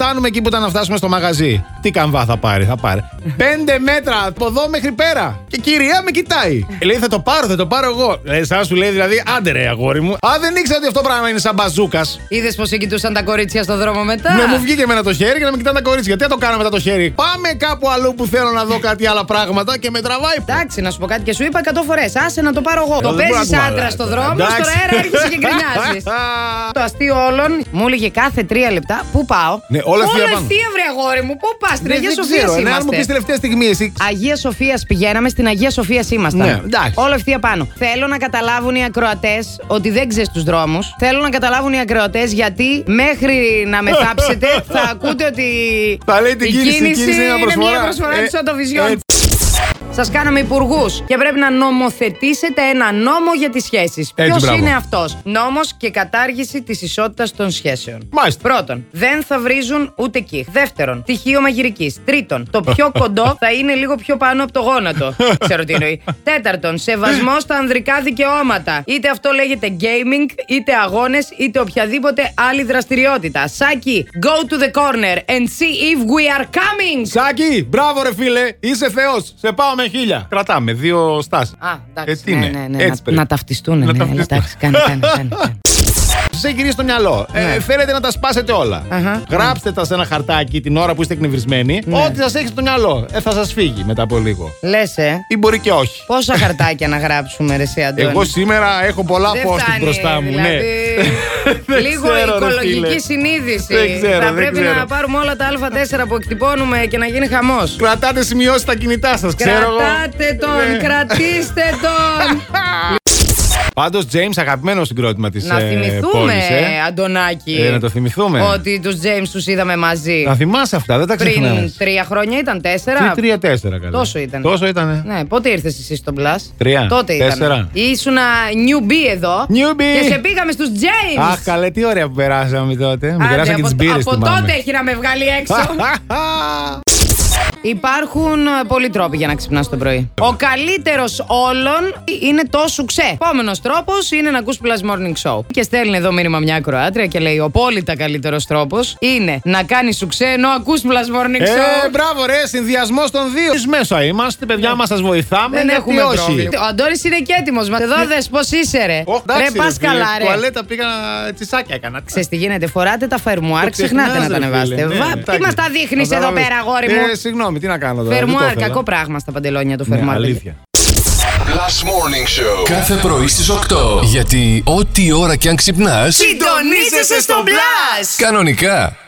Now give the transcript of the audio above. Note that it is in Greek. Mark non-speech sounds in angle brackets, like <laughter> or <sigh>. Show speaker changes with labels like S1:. S1: Φτάνουμε εκεί που ήταν να φτάσουμε στο μαγαζί. Τι καμβά θα πάρει, θα πάρει. Πέντε μέτρα από εδώ μέχρι πέρα. Και η κυρία με κοιτάει. λέει θα το πάρω, θα το πάρω εγώ. Ε, σαν σου λέει δηλαδή, άντε ρε αγόρι μου. Α, δεν ήξερα ότι αυτό πράγμα είναι σαν μπαζούκας.
S2: Είδες πως σε κοιτούσαν τα κορίτσια στο δρόμο μετά.
S1: Ναι, μου βγήκε εμένα το χέρι και να με κοιτάνε τα κορίτσια. Τι θα το κάνω μετά το χέρι. Πάμε κάπου αλλού που θέλω να δω κάτι άλλα πράγματα και με τραβάει.
S2: Εντάξει, να σου πω κάτι και σου είπα 100 φορές. Άσε να το πάρω εγώ.
S1: Εδώ
S2: Το
S1: δεν μπορώ
S2: παίζεις
S1: να ακούω
S2: άντρα
S1: άλλα,
S2: στο
S1: τώρα.
S2: δρόμο,
S1: Εντάξει.
S2: στο αέρα έρχεσαι και
S1: <laughs>
S2: γκρινιάζεις. το αστείο όλων μου έλεγε κάθε τρία λεπτά πού πάω.
S1: Ναι, όλα ευθεία πάνω.
S2: βρε αγόρι μου, πού πας. Την
S1: Δεν-
S2: Αγία
S1: δεν
S2: Σοφίας
S1: ξέρω, ναι, αν μου πει
S2: είμαστε.
S1: τελευταία στιγμή εσύ.
S2: Αγία Σοφίας πηγαίναμε, στην Αγία Σοφίας ήμασταν.
S1: Ναι, εντάξει.
S2: Όλο ευθεία πάνω. Θέλω να καταλάβουν οι ακροατές ότι δεν ξέρεις τους δρόμους. Θέλω να καταλάβουν οι ακροατές γιατί μέχρι να με θάψετε
S1: <laughs>
S2: θα ακούτε ότι.
S1: Θα λέει την
S2: η
S1: κίνηση, η κίνηση είναι μια προσφορά.
S2: μια προσφορά
S1: Ε,
S2: της Οτοβιζιόν.
S1: έτσι.
S2: Σας κάναμε υπουργούς και πρέπει να νομοθετήσετε ένα νόμο για τις σχέσεις.
S1: Έτσι,
S2: Ποιος
S1: μπράβο.
S2: είναι αυτός, Νόμος και κατάργηση της ισότητας των σχέσεων.
S1: Μάλιστα.
S2: Πρώτον, δεν θα βρίζουν ούτε κιχ. Δεύτερον, τυχείο μαγειρικής. Τρίτον, το πιο κοντό θα είναι λίγο πιο πάνω από το
S1: <laughs>
S2: γόνατο. Ξέρω τι εννοεί. Τέταρτον, σεβασμός στα ανδρικά δικαιώματα. Είτε αυτό λέγεται gaming, είτε αγώνες, είτε οποιαδήποτε άλλη δραστηριότητα. Σάκι, go to the corner and see if we are coming.
S1: Σάκη, μπράβο ρε φίλε, είσαι θεός. Σε πάω με χίλια. Κρατάμε δύο στάσεις.
S2: Α, εντάξει.
S1: Έτσι
S2: ναι,
S1: Ε, είναι.
S2: ναι, ναι,
S1: Έτσι
S2: να,
S1: πρέπει.
S2: να ταυτιστούν.
S1: Να
S2: ναι,
S1: ταυτιστούν.
S2: εντάξει, κάνε, κάνε, κάνε,
S1: <laughs>
S2: κάνε.
S1: Σα έχει γυρίσει στο μυαλό. Ε,
S2: Ναι.
S1: θέλετε να τα σπάσετε όλα.
S2: Αχα.
S1: Γράψτε τα σε ένα χαρτάκι την ώρα που είστε εκνευρισμένοι.
S2: Ναι.
S1: Ό,τι σας έχει στο μυαλό. Ε, θα σας φύγει μετά από λίγο.
S2: Λες, ε.
S1: Ή μπορεί και όχι.
S2: Πόσα
S1: <laughs>
S2: χαρτάκια να γράψουμε, ρε εσύ, Αντώνη.
S1: Εγώ σήμερα έχω πολλά
S2: Δεν
S1: πόστη
S2: φτάνει,
S1: μπροστά μου.
S2: δηλαδή,
S1: Ναι. <laughs> Δεν
S2: Λίγο
S1: ξέρω, ρε φίλε.
S2: οικολογική συνείδηση.
S1: Δεν ξέρω,
S2: θα
S1: δεν
S2: πρέπει
S1: ξέρω.
S2: να πάρουμε όλα τα Α4 που εκτυπώνουμε και να γίνει χαμός.
S1: Κρατάτε σημειώσει στα κινητά σας, ξέρω εγώ.
S2: Κρατάτε τον,
S1: Ναι.
S2: κρατήστε
S1: <laughs>
S2: τον.
S1: Πάντως, James, αγαπημένο συγκρότημα της
S2: να θυμηθούμε,
S1: πόλης, ε.
S2: Αντωνάκη.
S1: Ε, να το θυμηθούμε.
S2: Ότι τους James τους είδαμε μαζί.
S1: Τα θυμάσαι αυτά, δεν τα ξεχνάμε.
S2: Πριν τρία χρόνια ήταν τέσσερα.
S1: Τι τρία-τέσσερα καλά.
S2: Τόσο ήταν.
S1: Τόσο ε. ήτανε.
S2: Ναι, πότε ήρθες εσύ στο Plus.
S1: Τρία,
S2: Τότε
S1: τέσσερα.
S2: ήταν. Ήσουνα newbie εδώ.
S1: Newbie.
S2: Και σε πήγαμε στους James.
S1: Αχ, καλέ, τι ωραία που περάσαμε τότε. Μου
S2: Άντε,
S1: περάσαν και
S2: από,
S1: τις μπύρες.
S2: από τότε
S1: <laughs>
S2: έχει να με βγάλει έξω. Υπάρχουν ε, πολλοί τρόποι για να ξυπνάς το πρωί. Ο καλύτερος όλων είναι το σουξέ. Επόμενος τρόπος είναι να ακούς Plus Morning Show. Και στέλνει εδώ μήνυμα μια ακροάτρια και λέει: Ο πόλητα καλύτερος τρόπος είναι να κάνεις σουξέ ενώ ακούς Plus Morning Show.
S1: Ε, μπράβο, ρε, συνδυασμός των δύο. Εμείς μέσα είμαστε, παιδιά μας, σας βοηθάμε.
S2: Ναι. Δεν
S1: Ε, γιατί
S2: έχουμε
S1: όχι.
S2: πρόβλημα. Ο Αντώνης είναι και έτοιμος. Μα εδώ δες πώς είσαι, ρε.
S1: Ω, εντάξει,
S2: ρε, πα
S1: φίλε,
S2: καλά, ρε.
S1: Τουαλέτα πήγα να- τσισάκια έκανα.
S2: Ξέρεις τι γίνεται, φοράτε τα φερμουάρ,
S1: Το
S2: ξεχνάτε
S1: ξεχνάς,
S2: να τα
S1: ρε,
S2: ανεβάσετε.
S1: φίλε, ναι,
S2: Βα- Τι
S1: εντάξει.
S2: μας τα δείχνεις εδώ
S1: Καταλάβες.
S2: πέρα, αγόρι
S1: Ε,
S2: μου.
S1: συγγνώμη, τι να κάνω τώρα.
S2: Φερμουάρ, κακό πράγμα στα παντελόνια το
S1: πράγμα.
S2: φερμουάρ.
S1: Ναι, αλήθεια.
S3: Last Morning Show.
S4: Κάθε πρωί στις 8. Γιατί ό,τι ώρα κι αν ξυπνάς,
S2: Συντονίζεσαι στο μπλα!
S4: κανονικά.